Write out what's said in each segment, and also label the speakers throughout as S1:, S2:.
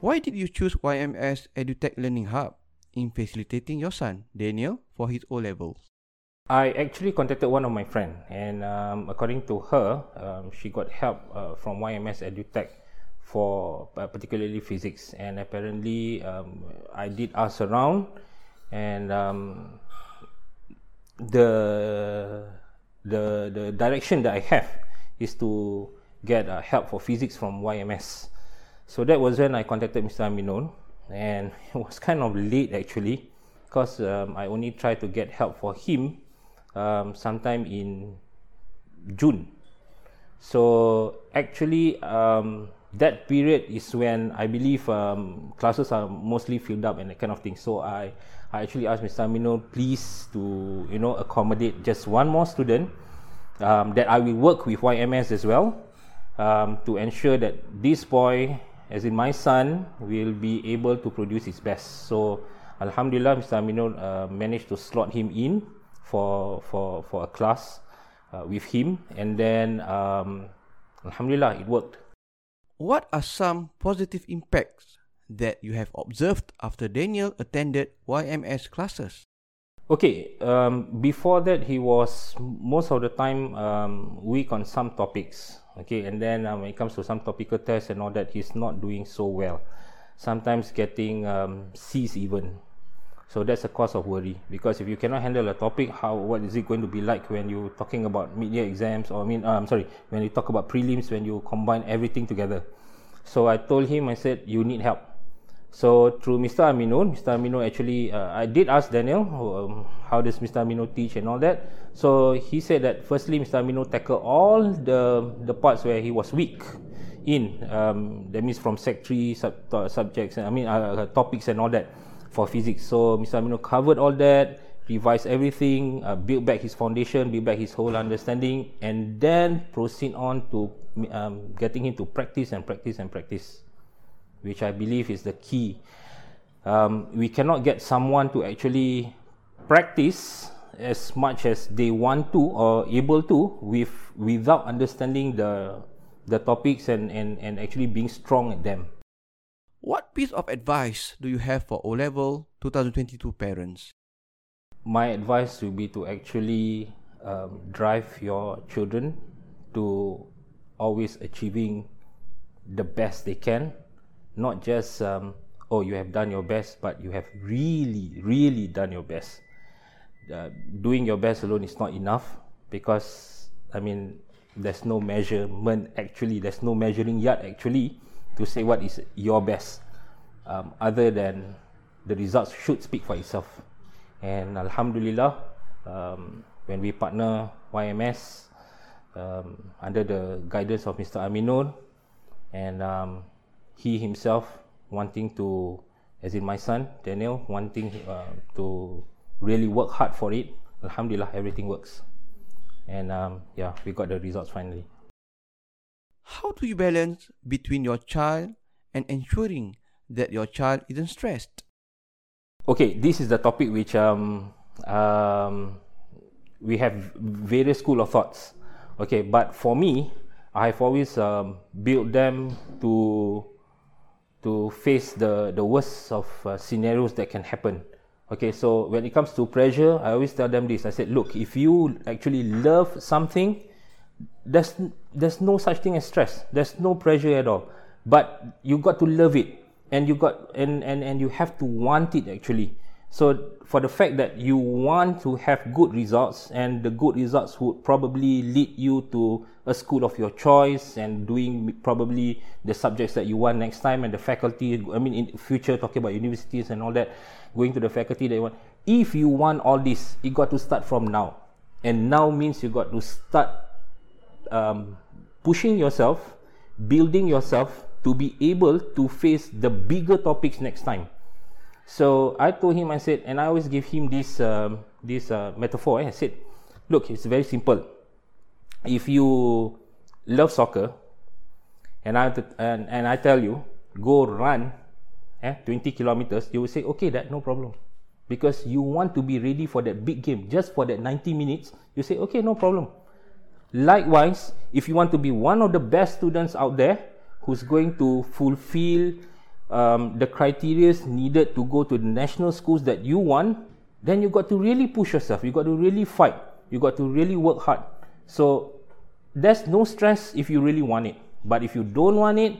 S1: Why did you choose YMS EduTech Learning Hub in facilitating your son, Daniel, for his O-levels?
S2: I actually contacted one of my friend, and um, according to her, um, she got help uh, from YMS EduTech for uh, particularly physics. And apparently, um, I did ask around, and um, the the the direction that I have is to get uh, help for physics from YMS. So that was when I contacted Mr. Aminon, and it was kind of late actually, because um, I only tried to get help for him um, sometime in June. So actually, um, that period is when I believe um, classes are mostly filled up and that kind of thing. So I, I actually asked Mr. Amino please to you know accommodate just one more student um, that I will work with YMS as well um, to ensure that this boy, as in my son, will be able to produce his best. So Alhamdulillah, Mr. Amino uh, managed to slot him in for for for a class uh, with him, and then um, Alhamdulillah, it worked.
S1: What are some positive impacts that you have observed after Daniel attended YMS classes?
S2: Okay, um, before that, he was most of the time um, weak on some topics. Okay, and then uh, when it comes to some topical tests and all that, he's not doing so well. Sometimes getting um, C's even. So that's a cause of worry because if you cannot handle a topic, how what is it going to be like when you're talking about mid-year exams? Or I mean, uh, I'm sorry, when you talk about prelims, when you combine everything together. So I told him, I said, you need help. So through Mr. Aminon, Mr. Aminon actually, uh, I did ask Daniel, um, how does Mr. Aminon teach and all that. So he said that firstly, Mr. Aminon tackled all the the parts where he was weak in. Um, that means from sec three sub, to- subjects, I mean uh, uh, topics and all that for physics. So Mr. Amino covered all that, revised everything, uh, built back his foundation, built back his whole understanding, and then proceed on to um, getting him to practice and practice and practice which I believe is the key. Um, we cannot get someone to actually practice as much as they want to or able to with without understanding the the topics and, and, and actually being strong at them.
S1: What piece of advice do you have for O-level 2022 parents?
S2: My advice would be to actually um, drive your children to always achieving the best they can not just um, oh you have done your best but you have really really done your best uh, doing your best alone is not enough because i mean there's no measurement actually there's no measuring yet actually to say what is your best um, other than the results should speak for itself and alhamdulillah um, when we partner yms um, under the guidance of mr aminon and um, he himself wanting to, as in my son Daniel, wanting uh, to really work hard for it. Alhamdulillah, everything works, and um, yeah, we got the results finally.
S1: How do you balance between your child and ensuring that your child isn't stressed?
S2: Okay, this is the topic which um, um, we have various school of thoughts. Okay, but for me, I've always um, built them to to face the the worst of uh, scenarios that can happen. Okay, so when it comes to pressure, I always tell them this. I said, look, if you actually love something, there's there's no such thing as stress. There's no pressure at all. But you got to love it, and you got and and and you have to want it actually. So for the fact that you want to have good results and the good results would probably lead you to a school of your choice and doing probably the subjects that you want next time and the faculty I mean in future talking about universities and all that going to the faculty that you want if you want all this you got to start from now and now means you got to start um, pushing yourself building yourself to be able to face the bigger topics next time so I told him, I said, and I always give him this um, this uh, metaphor. Eh? I said, look, it's very simple. If you love soccer, and I and, and I tell you, go run, eh, 20 kilometers, you will say, okay, that no problem, because you want to be ready for that big game. Just for that 90 minutes, you say, okay, no problem. Likewise, if you want to be one of the best students out there who's going to fulfill um, the criteria needed to go to the national schools that you want, then you got to really push yourself. You got to really fight. You got to really work hard. So there's no stress if you really want it. But if you don't want it,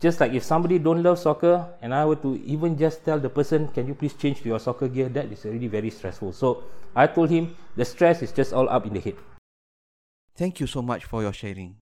S2: just like if somebody don't love soccer and I were to even just tell the person, can you please change to your soccer gear? That is already very stressful. So I told him the stress is just all up in the head.
S1: Thank you so much for your sharing.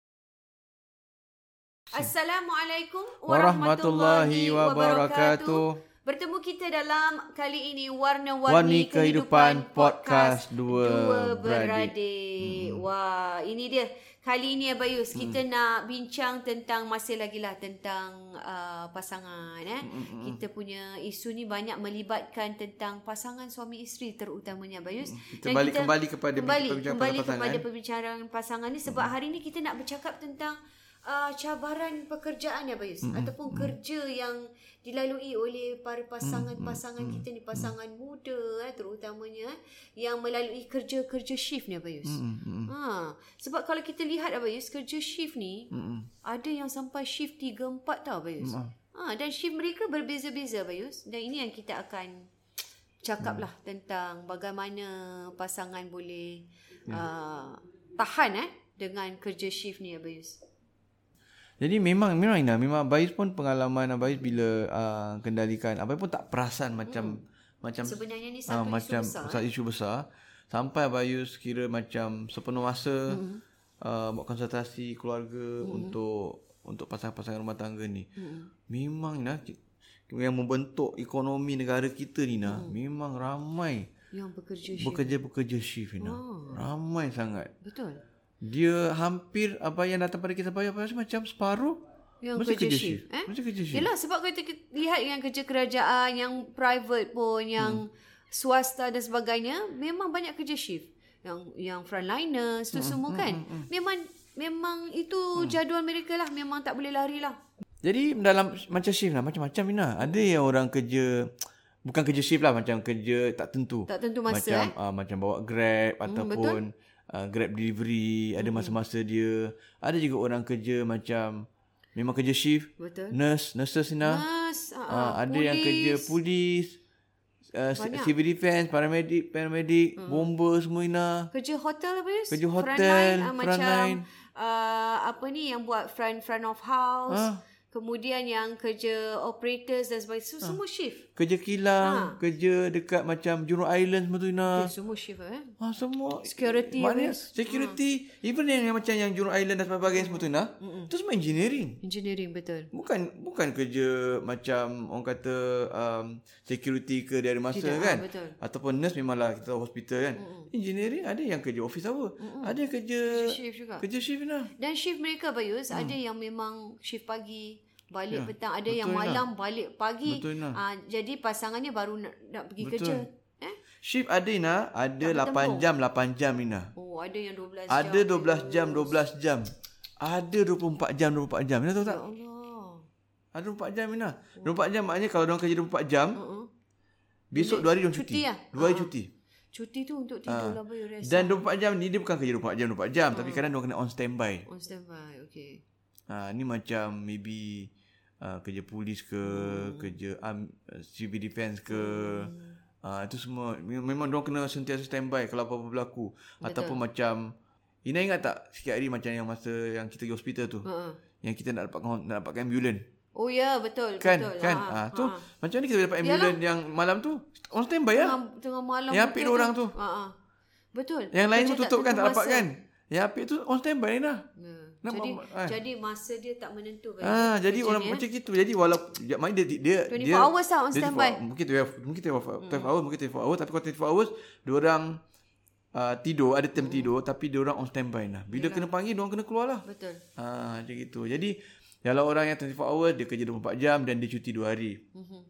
S3: Assalamualaikum
S1: Warahmatullahi wabarakatuh.
S3: Bertemu kita dalam kali ini
S1: Warni
S3: warna-warni
S1: Kehidupan
S3: kehidupan podcast
S1: Podcast Dua
S3: dua
S1: Beradik.
S3: beradik. Hmm. Wah, ini dia. Kali ini Abayus kita hmm. nak bincang tentang masih lagi lah tentang uh, pasangan eh. Hmm. Kita punya isu ni banyak melibatkan tentang pasangan suami isteri terutamanya Abayus.
S1: Kita balik kembali kepada
S3: kembali,
S1: perbincangan Hmm.
S3: kembali
S1: pasangan,
S3: kepada
S1: eh.
S3: perbincangan pasangan ni sebab hari ni kita nak bercakap tentang uh, cabaran pekerjaan ya Bayus
S1: Hmm.
S3: mm-hmm. ataupun mm-hmm. kerja yang dilalui oleh para
S1: Hmm.
S3: pasangan-pasangan mm-hmm. kita ni pasangan mm-hmm. muda eh, terutamanya eh, yang melalui kerja-kerja shift ni ya Bayus.
S1: Hmm,
S3: Mm-hmm. Ha sebab kalau kita lihat ya Bayus kerja shift ni
S1: Hmm,
S3: mm-hmm. ada yang sampai shift 3 4 tau Bayus.
S1: ah.
S3: Mm-hmm. Ha dan shift mereka berbeza-beza Bayus dan ini yang kita akan cakaplah hmm. tentang bagaimana pasangan boleh hmm. uh, tahan eh dengan kerja shift ni Abayus.
S1: Jadi memang memang Ina memang Abayus pun pengalaman Abayus bila uh, kendalikan Abayus pun tak perasan macam macam
S3: Hmm. Sebenarnya ni
S1: ah,
S3: satu isu
S1: macam
S3: besar. eh.
S1: satu isu besar sampai Abayus kira macam sepenuh masa mm-hmm.
S3: Hmm.
S1: uh, buat konsentrasi keluarga mm-hmm. untuk untuk pasangan-pasangan rumah tangga ni.
S3: Hmm.
S1: Mm-hmm. Memang Ina ki- yang membentuk ekonomi negara kita ni Ina mm. memang ramai
S3: yang bekerja Hmm. shift.
S1: bekerja-bekerja shift Ina.
S3: Oh.
S1: Ramai sangat.
S3: Betul.
S1: Dia hampir apa yang datang pada kisah Abayus Abayus macam separuh
S3: Yang
S1: mesti
S3: kerja, shift. Eh?
S1: Mesti kerja shift.
S3: Yelah sebab kita kita lihat yang kerja kerajaan, yang private pun, yang swasta dan sebagainya, memang banyak kerja shift. Yang yang frontliners tu semua kan. Memang memang itu jadual mereka lah. Memang tak boleh lari lah.
S1: Jadi dalam macam shift lah macam-macam Ina. Ada yang orang kerja bukan kerja shift lah macam kerja tak tentu.
S3: Tak tentu
S1: macam
S3: masa eh. Hmm,
S1: uh, macam bawa Grab ataupun uh, Grab delivery, ada masa-masa dia. Ada juga orang kerja macam memang kerja shift,
S3: Betul.
S1: nurse, nurses Ina.
S3: Nas, ah, ah,
S1: Uh, ada yang kerja polis, uh, si- civil defense, paramedic, paramedic,
S3: Hmm.
S1: bomber semua lah. Ina.
S3: Kerja hotel apa ya?
S1: Kerja hotel,
S3: frontline, ah,
S1: front
S3: macam
S1: line.
S3: uh, apa ni yang buat front front of house.
S1: Ah.
S3: Kemudian yang kerja operators dan sebagainya.
S1: Ah.
S3: So, Semua shift.
S1: Kerja
S3: Ah.
S1: kilang, kerja dekat macam Jurong Island semua tu lah. Ina.
S3: Eh, semua shift eh.
S1: Ah, semua
S3: Security Hmm.
S1: Maknanya security Even yang, yang macam Yang Jurong Island dan sebagainya Semua tu nah Itu semua engineering
S3: Engineering betul.
S1: Bukan bukan kerja Macam Orang kata um, Security ke Dari masa
S3: Tidak,
S1: kan
S3: ah, betul.
S1: Ataupun nurse memanglah Kita tahu hospital kan Engineering Ada yang kerja office hour Ada yang kerja
S3: Shift juga.
S1: Kerja Ah. shift nah
S3: Dan shift mereka Bayus hmm. ada yang memang shift pagi balik ya, petang ada yang
S1: betul lah.
S3: malam balik pagi
S1: Betul lah.
S3: Ah, jadi pasangannya baru nak, nak pergi
S1: Betul.
S3: kerja eh
S1: Shift ada Ina Ada 8 jam 8 jam Ina
S3: oh ada yang 12
S1: Ada
S3: jam
S1: 12 jam 12 jam Ada 24 jam 24 jam Ina tahu tak
S3: Ya Allah
S1: Ada 24 jam Ina 24 jam maknanya Kalau orang kerja 24 jam
S3: uh-uh.
S1: Besok dua hari dia orang
S3: Cuti
S1: cuti. Ah,
S3: lah.
S1: Dua hari cuti.
S3: Cuti tu untuk tidur lah boy rest.
S1: Ah. Dan 24 jam ni dia bukan kerja 24 jam 24 jam tapi kadang dia orang kena on standby.
S3: On standby. Okay.
S1: Ha, ni macam maybe uh, kerja polis ke, hmm. kerja um, civil defense ke. Hmm. Uh, itu semua me- memang dia orang kena sentiasa standby kalau apa-apa berlaku Betul. ataupun macam Ina ingat tak sikit hari macam yang masa yang kita pergi hospital tu.
S3: Ha.
S1: Yang kita nak dapatkan nak dapatkan ambulans.
S3: Oh ya yeah, betul
S1: Kan
S3: betul.
S1: kan. Ah ha, tu macam ni kita boleh dapat ambulans yang malam tu on standby ya.
S3: Tengah, tengah malam.
S1: Yang
S3: betul
S1: apit orang tu.
S3: Ha ah. Betul.
S1: Yang lain
S3: Kerja
S1: tu tutup kan tak
S3: tentu
S1: dapat
S3: masa.
S1: kan. Yang apit tu on standby ni lah. dah.
S3: Ya.
S1: Nak
S3: Jadi
S1: buat- ah.
S3: jadi masa dia tak menentu kan.
S1: Ah, jadi orang macam gitu. Jadi walaupun ya, main dia dia
S3: 24
S1: dia,
S3: hours lah on
S1: dia 24
S3: standby. Hmm.
S1: Mungkin 12 mungkin 12, 12 hours, mungkin 24 hours tapi kalau 24 hours dia orang uh, tidur, ada time
S3: Hmm.
S1: tidur tapi dia orang on standby lah. Bila kena panggil dia orang kena keluar lah.
S3: Betul.
S1: Ah, macam gitu. Jadi kalau orang yang 24 hours dia kerja 24 jam dan dia cuti 2 hari.
S3: Mhm.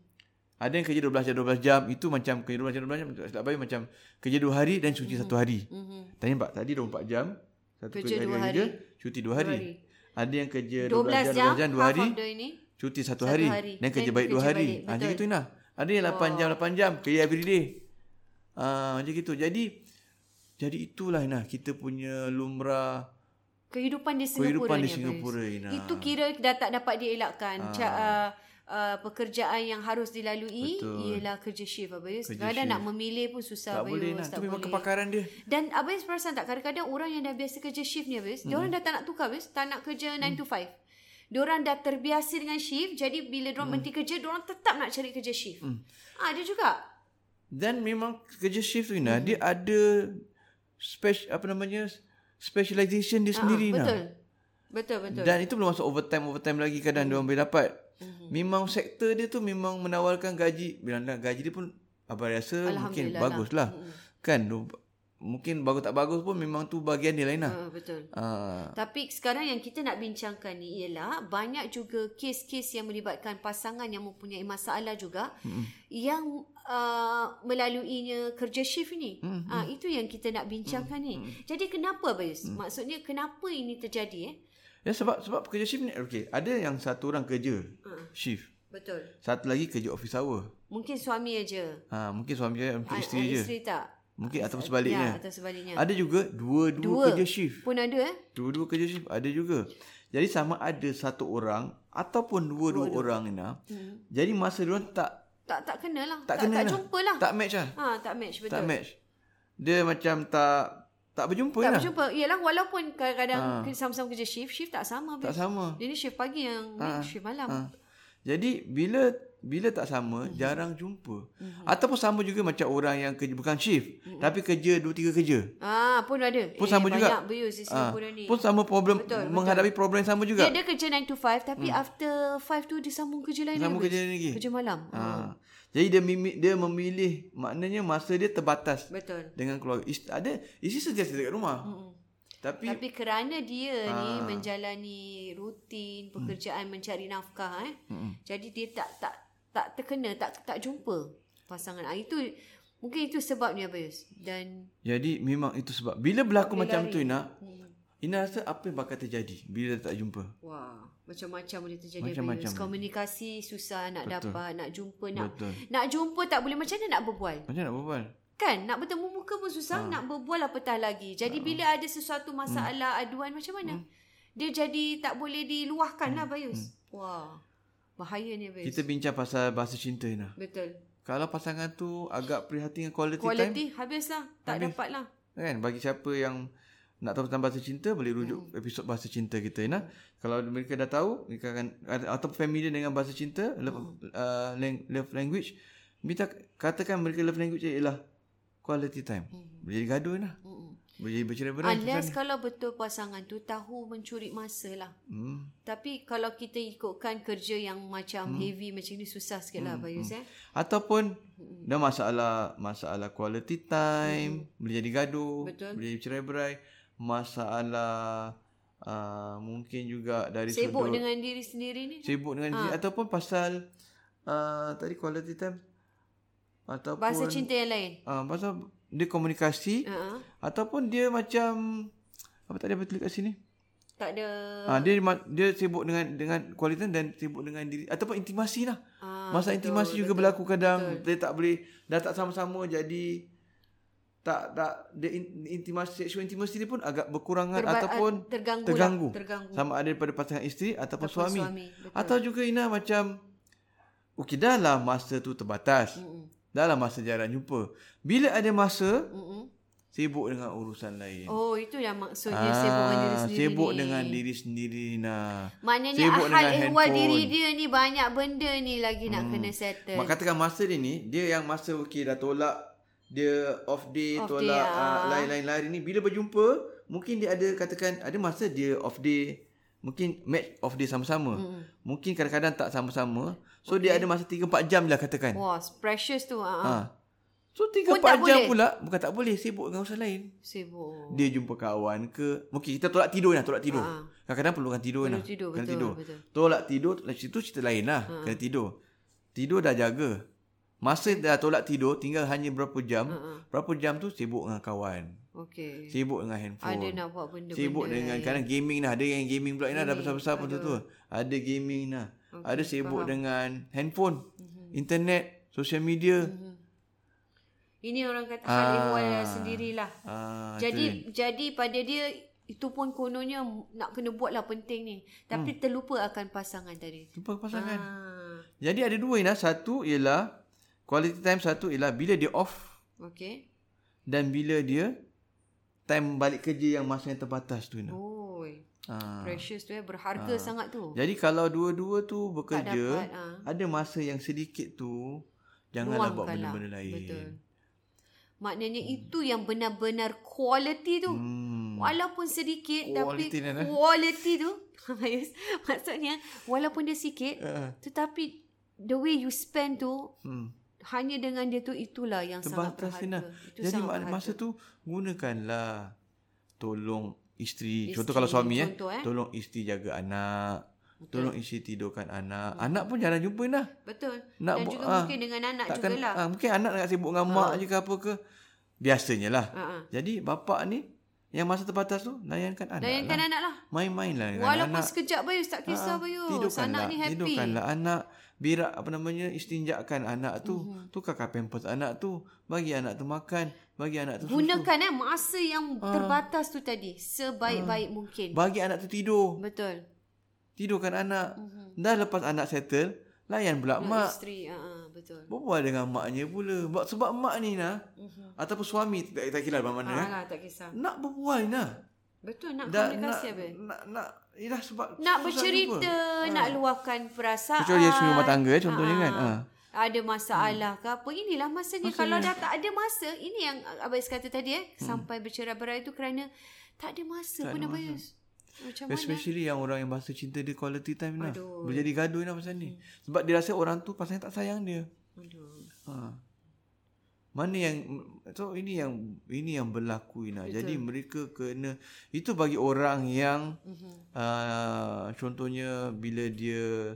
S1: Ada yang kerja 12 jam 12 jam itu macam kerja 12 jam 12 jam tak silap baik macam kerja 2 hari dan cuti 1 hari.
S3: Mhm.
S1: Tanya Pak tadi 24 jam satu
S3: Kerja
S1: kerja,
S3: dua
S1: hari, kerja, cuti 2 hari.
S3: hari.
S1: Ada yang kerja
S3: 12
S1: jam
S3: jam,
S1: 12 jam 2
S3: half
S1: hari
S3: of the ini.
S1: cuti 1
S3: satu
S1: hari,
S3: hari.
S1: dan kerja
S3: Then
S1: balik 2
S3: kerja
S1: hari. Ha,
S3: balik,
S1: macam
S3: betul. Oh.
S1: gitu Inah. Ada yang 8 jam 8 jam kerja every day. Ah macam gitu. Jadi jadi itulah Inah kita punya lumrah
S3: Kehidupan di Singapura
S1: kehidupan
S3: ni,
S1: di
S3: Abang
S1: Singapura Ah.
S3: Yus.
S1: Inah.
S3: Itu kira dah tak dapat dielakkan. Ca- uh, uh, pekerjaan yang harus dilalui
S1: Betul.
S3: ialah kerja shift Abang Yus.
S1: Kerja
S3: Kadang nak
S1: shift.
S3: memilih pun
S1: tak
S3: susah Abang
S1: boleh
S3: Yus.
S1: nak.
S3: Tak
S1: Itu memang
S3: boleh.
S1: kepakaran dia.
S3: Dan Abang Yus perasan tak kadang-kadang orang yang dah biasa kerja shift ni Abang Yus, dia
S1: Hmm.
S3: orang dah tak nak tukar Abang Yus, tak nak kerja 9 to 5. Diorang dah terbiasa dengan shift Jadi bila
S1: Hmm.
S3: diorang berhenti kerja Diorang tetap nak cari kerja shift hmm. Ah, Ada juga
S1: Dan memang kerja shift tu Ina, hmm. dia ada special apa namanya specialization dia sendiri Ina.
S3: Ah, Betul Betul betul
S1: Dan itu belum masuk overtime overtime lagi kadang dia orang boleh dapat.
S3: Hmm.
S1: Memang sektor dia tu memang menawarkan gaji. Bila anda gaji dia pun abang rasa mungkin
S3: Alhamdulillah Hmm,
S1: bagus lah. Kan du- mungkin bagus tak bagus pun memang tu bahagian dia lain lah.
S3: Ah, Betul
S1: Ah,
S3: Tapi sekarang yang kita nak bincangkan ni ialah banyak juga kes-kes yang melibatkan pasangan yang mempunyai masalah juga mm-hmm. yang uh, melaluinya kerja shift ni.
S1: Hmm,
S3: Mm-hmm. Ha, itu yang kita nak bincangkan mm-hmm. ni. Jadi kenapa Bayus?
S1: Hmm.
S3: Mm. Maksudnya kenapa ini terjadi eh?
S1: Ya sebab sebab pekerja shift ni okey, ada yang satu orang kerja
S3: Hmm.
S1: shift.
S3: Betul.
S1: Satu lagi kerja office hour.
S3: Mungkin suami aja.
S1: Ha, mungkin suami dia mungkin
S3: Ah,
S1: isteri
S3: ah,
S1: je.
S3: Isteri tak?
S1: Mungkin atau
S3: Ya,
S1: sebaliknya.
S3: atau sebaliknya.
S1: Ada juga dua-dua
S3: Dua.
S1: kerja shift.
S3: Pun ada eh?
S1: Dua-dua kerja shift ada juga. Jadi sama ada satu orang ataupun dua-dua orang ni nah. Hmm. Jadi masa dia orang tak
S3: Tak tak kena lah.
S1: tak kena
S3: tak
S1: lah.
S3: jumpa lah.
S1: Tak match lah.
S3: ha, tak match betul.
S1: Tak match. Dia macam tak tak berjumpa
S3: Tak
S1: lah. Ah.
S3: berjumpa. Yalah walaupun kadang-kadang ha. sama-sama kerja shift, shift tak sama.
S1: Tak
S3: Bayus.
S1: sama.
S3: Dia ni shift pagi yang ni shift malam.
S1: Ha. Jadi bila bila tak sama
S3: Hmm.
S1: mm-hmm. jarang jumpa. Mm-hmm. Ataupun sama juga macam orang yang kerja bukan shift
S3: Hmm.
S1: mm-hmm. tapi kerja dua tiga kerja.
S3: Ah, pun ada.
S1: Pun sama
S3: banyak
S1: juga.
S3: Banyak bius di Singapura
S1: Ah,
S3: ni.
S1: Pun sama problem
S3: Betul,
S1: betul,
S3: betul.
S1: menghadapi problem yang sama juga.
S3: Ya, dia, dia kerja 9 to 5 tapi hmm. after 5 tu dia sambung kerja lain
S1: Sambung
S3: lagi,
S1: kerja
S3: Bayus.
S1: lain lagi.
S3: Kerja malam. Ha.
S1: Ha. Jadi dia mimi, dia memilih maknanya masa dia terbatas
S3: Betul.
S1: dengan keluarga. Is, ada isteri sentiasa dekat rumah. Mm-hmm. Tapi, Ah. Tapi
S3: Tapi kerana dia ha. ni menjalani
S1: Hmm.
S3: rutin pekerjaan mencari nafkah eh. Hmm. Jadi dia tak tak tak terkena, tak tak jumpa pasangan. Ah, itu mungkin itu sebabnya Bayus. Dan
S1: jadi memang itu sebab bila berlaku macam tu Ina, hmm. Ina rasa apa yang bakal terjadi bila tak jumpa.
S3: Wah, macam-macam boleh terjadi
S1: Macam-macam.
S3: Macam-macam. Komunikasi susah nak Betul. dapat, nak jumpa, nak
S1: Betul.
S3: nak jumpa tak boleh macam mana nak berbual.
S1: Macam nak berbual?
S3: Kan? Nak bertemu muka pun susah, ha. nak berbual apatah lagi. Jadi ha. bila ada sesuatu masalah, hmm. aduan macam mana? Hmm. Dia jadi tak boleh diluahkan hmm. lah Bayus. Hmm. Wah. Bahaya ni Bayus.
S1: Kita bincang pasal bahasa cinta Ina.
S3: Betul.
S1: Kalau pasangan tu agak prihatin dengan quality, time,
S3: Kualiti habislah. Tak Habis. dapat lah.
S1: kan? Bagi siapa yang nak tahu tentang bahasa cinta boleh rujuk hmm. episod bahasa cinta kita Ina. Kalau mereka dah tahu, mereka akan atau familiar dengan bahasa cinta,
S3: Hmm.
S1: love, uh, lang- love language, minta katakan mereka love language ialah quality time.
S3: Hmm.
S1: Boleh jadi gaduh Ina.
S3: Mm-mm.
S1: Boleh jadi bercerai-berai.
S3: Unless kalau betul pasangan tu tahu mencuri masa lah.
S1: Hmm.
S3: Tapi kalau kita ikutkan kerja yang macam hmm. heavy macam ni susah sikit lah Bayus eh.
S1: Ataupun dah masalah masalah quality time, boleh jadi gaduh,
S3: Hmm. Betul.
S1: boleh jadi bercerai-berai, masalah uh, mungkin juga dari
S3: Sibuk
S1: sudut
S3: dengan diri sendiri ni.
S1: sibuk dengan
S3: Ah.
S1: ha. ataupun pasal uh, tadi quality time ataupun
S3: Bahasa cinta yang lain.
S1: uh, pasal dia komunikasi
S3: Uh-huh.
S1: ataupun dia macam apa tadi apa tulis kat sini?
S3: Tak ada
S1: Ah dia ma- dia sibuk dengan dengan kualiti dan sibuk dengan diri ataupun intimasi lah.
S3: Ah,
S1: Masa intimasi juga berlaku kadang betul. dia tak boleh dah tak sama-sama jadi tak tak dia in- intimasi sexual intimasi dia pun agak berkurangan
S3: Terba-
S1: ataupun
S3: ah, terganggu lah,
S1: terganggu.
S3: terganggu.
S1: sama ada daripada pasangan isteri ataupun,
S3: Ataupun
S1: suami,
S3: suami, betul.
S1: atau juga Ina macam okey dah lah masa tu terbatas Mm-mm.
S3: Hmm.
S1: dah lah masa jarang jumpa bila ada masa
S3: Mm-mm.
S1: sibuk dengan urusan lain
S3: Oh, itu yang maksudnya ah, sibuk dengan diri
S1: Ah,
S3: sendiri
S1: sibuk
S3: ni.
S1: dengan diri sendiri Nah.
S3: Maknanya
S1: Sibuk
S3: ahal
S1: dengan
S3: ehwal
S1: handphone. Hmm.
S3: diri dia ni banyak benda ni lagi nak kena settle.
S1: Mak katakan masa dia ni Dia yang masa okey dah tolak Dia off day
S3: Off
S1: off
S3: day,
S1: Tolak day,
S3: ah.
S1: uh, lain-lain hari ni Bila berjumpa Mungkin dia ada katakan Ada masa dia off day Mungkin match off day sama-sama
S3: Hmm.
S1: mm. Mungkin kadang-kadang tak sama-sama So okay. dia ada masa 3-4 jam lah katakan
S3: Wah, precious tu. Ah, ah.
S1: ha. So
S3: Pun
S1: 3-4
S3: tak
S1: jam
S3: boleh.
S1: pula Bukan tak boleh Sibuk dengan urusan lain
S3: Sibuk.
S1: dia jumpa kawan ke mungkin kita tolak tidur lah tolak tidur
S3: Ha.
S1: kadang-kadang perlukan tidur lah
S3: Perlu tidur,
S1: kena
S3: betul,
S1: tidur
S3: betul. Ah.
S1: tolak tidur tolak situ cerita lain lah kena tidur tidur dah jaga masa dah tolak tidur tinggal hanya berapa jam berapa jam tu sibuk dengan kawan
S3: Ah, Okey.
S1: sibuk dengan handphone
S3: Ada nak buat benda-benda
S1: sibuk dengan
S3: lain.
S1: kadang gaming lah ada yang gaming pula Ina dah besar-besar pun tu tu ada gaming lah ada sibuk dengan handphone
S3: Mhm.
S1: internet social media
S3: Ini orang kata hal
S1: Ah.
S3: ehwal sendirilah.
S1: Ah, tu dia.
S3: Jadi jadi pada dia itu pun kononnya nak kena buat lah penting ni. Tapi hmm. terlupa akan pasangan tadi.
S1: jumpa pasangan
S3: Ah,
S1: Jadi ada dua Ina. Satu ialah quality time satu ialah bila dia off
S3: okey.
S1: dan bila dia time balik kerja yang masa yang terbatas tu
S3: Oh,
S1: Ina.
S3: Oi,
S1: Ha.
S3: precious tu eh
S1: Ah.
S3: berharga sangat tu.
S1: Jadi kalau dua-dua tu bekerja,
S3: dapat, ah.
S1: ada masa yang sedikit tu janganlah buat
S3: Luangkanlah.
S1: benda-benda lain.
S3: lah. Betul. Maknanya hmm. itu yang benar-benar quality tu.
S1: Hmm.
S3: Walaupun sedikit
S1: Quality
S3: tapi
S1: ni, eh? nah.
S3: quality tu Bayus, maksudnya walaupun dia sikit
S1: Ah.
S3: tetapi the way you spend tu
S1: Hmm.
S3: hanya dengan dia tu itulah yang
S1: Terbatas
S3: sangat
S1: Ina.
S3: berharga. Itu
S1: Jadi
S3: sangat
S1: mak-
S3: berharga.
S1: masa tu gunakanlah tolong isteri.
S3: Isteri,
S1: Contoh kalau suami eh,
S3: contoh, eh.
S1: tolong isteri jaga anak. Tolong isteri tidurkan anak. Anak pun jarang jumpa Ina.
S3: betul
S1: nak
S3: dan
S1: bu-
S3: juga
S1: ah,
S3: mungkin dengan anak
S1: Takkan,
S3: jugalah.
S1: ah, mungkin anak nak sibuk dengan mak je ke apa ke. Biasanya lah.
S3: Ha, ha.
S1: Jadi bapak ni yang masa terbatas tu layankan anak
S3: Layankan
S1: lah.
S3: anak lah.
S1: Main-main lah dengan
S3: Walaupun
S1: anak.
S3: sekejap Bayus tak kisah
S1: Ah,
S3: Bayus.
S1: Tidurkan
S3: Anak
S1: lah.
S3: ni happy.
S1: Tidurkanlah anak. Birak apa namanya istinjakkan anak tu.
S3: Mhm.
S1: Tukarkan pampers anak tu. Bagi anak tu makan. Bagi anak tu susu. Ah.
S3: Gunakan eh masa yang terbatas tu tadi sebaik-baik mungkin.
S1: Bagi anak tu tidur.
S3: Betul.
S1: Tidurkan anak.
S3: Mhm.
S1: Dah lepas anak settle. Layan pula mak.
S3: Isteri, ha, ha, betul.
S1: Berbual dengan maknya pula. Sebab, sebab mak ni nah.
S3: Mhm.
S1: Ataupun suami. Tak, tak kira lah mana. eh.
S3: Alah, tak kisah.
S1: Nak berbual nah.
S3: Betul Ah. nak
S1: Dah nak,
S3: komunikasi apa?
S1: nak nak ialah sebab
S3: Nak
S1: susah
S3: bercerita,
S1: jumpa.
S3: nak
S1: Ah.
S3: luahkan perasaan.
S1: Kecuali yang rumah tangga, eh, contohnya kan.
S3: Ah.
S1: Ah.
S3: Ada masalah ke apa. Inilah masanya. masanya. Kalau dah tak ada masa, ini yang Abang Is kata tadi eh.
S1: Hmm.
S3: Sampai bercerai-berai tu kerana tak ada masa pun Abang Is. Macam mana?
S1: Especially yang orang yang bahasa cinta dia quality time nah.
S3: Aduh. Hmm.
S1: Boleh jadi gaduh nah pasal ni. Sebab dia rasa orang tu pasangan tak sayang dia.
S3: Aduh.
S1: Ha. Mana yang so ini yang ini yang berlaku Ina. Jadi mereka kena itu bagi orang yang
S3: Mhm.
S1: mm-hmm. uh, contohnya bila dia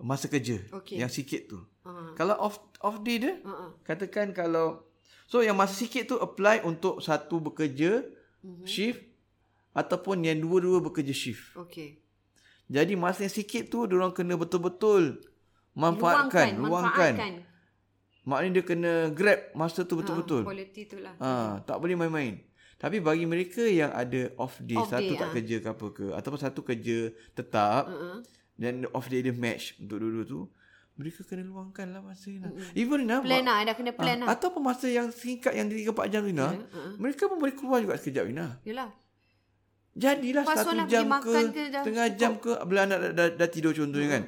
S1: masa kerja
S3: Okey.
S1: yang sikit tu.
S3: Ah.
S1: Kalau off off day dia
S3: Ah, ah.
S1: Katakan kalau So yang masa sikit tu apply untuk satu bekerja
S3: Mhm.
S1: mm-hmm. shift ataupun yang dua-dua bekerja shift.
S3: Okey.
S1: Jadi masa yang sikit tu diorang kena betul-betul manfaatkan,
S3: Luangkan,
S1: luangkan.
S3: manfaatkan.
S1: Maknanya dia kena grab masa tu
S3: Betul.
S1: betul-betul.
S3: Quality tu lah.
S1: Ha, tak boleh main-main. Tapi bagi mereka yang ada off day,
S3: Off
S1: off satu
S3: day,
S1: day, tak
S3: ah.
S1: kerja ke apa ke ataupun satu kerja tetap
S3: Uh-huh.
S1: dan off day dia match untuk dua-dua tu, mereka kena luangkan lah masa ni. Mm-hmm. Even nak
S3: Plan lah. Dah kena plan lah.
S1: Ah, ataupun masa yang singkat yang 3 4 jam Rina,
S3: Ya, ah.
S1: mereka pun boleh keluar juga sekejap Rina.
S3: Yelah.
S1: Jadilah
S3: Lepas
S1: satu
S3: solat pergi
S1: jam ke,
S3: makan ke dah Hmm.
S1: tengah jam ke bila anak dah, dah, dah tidur contohnya kan.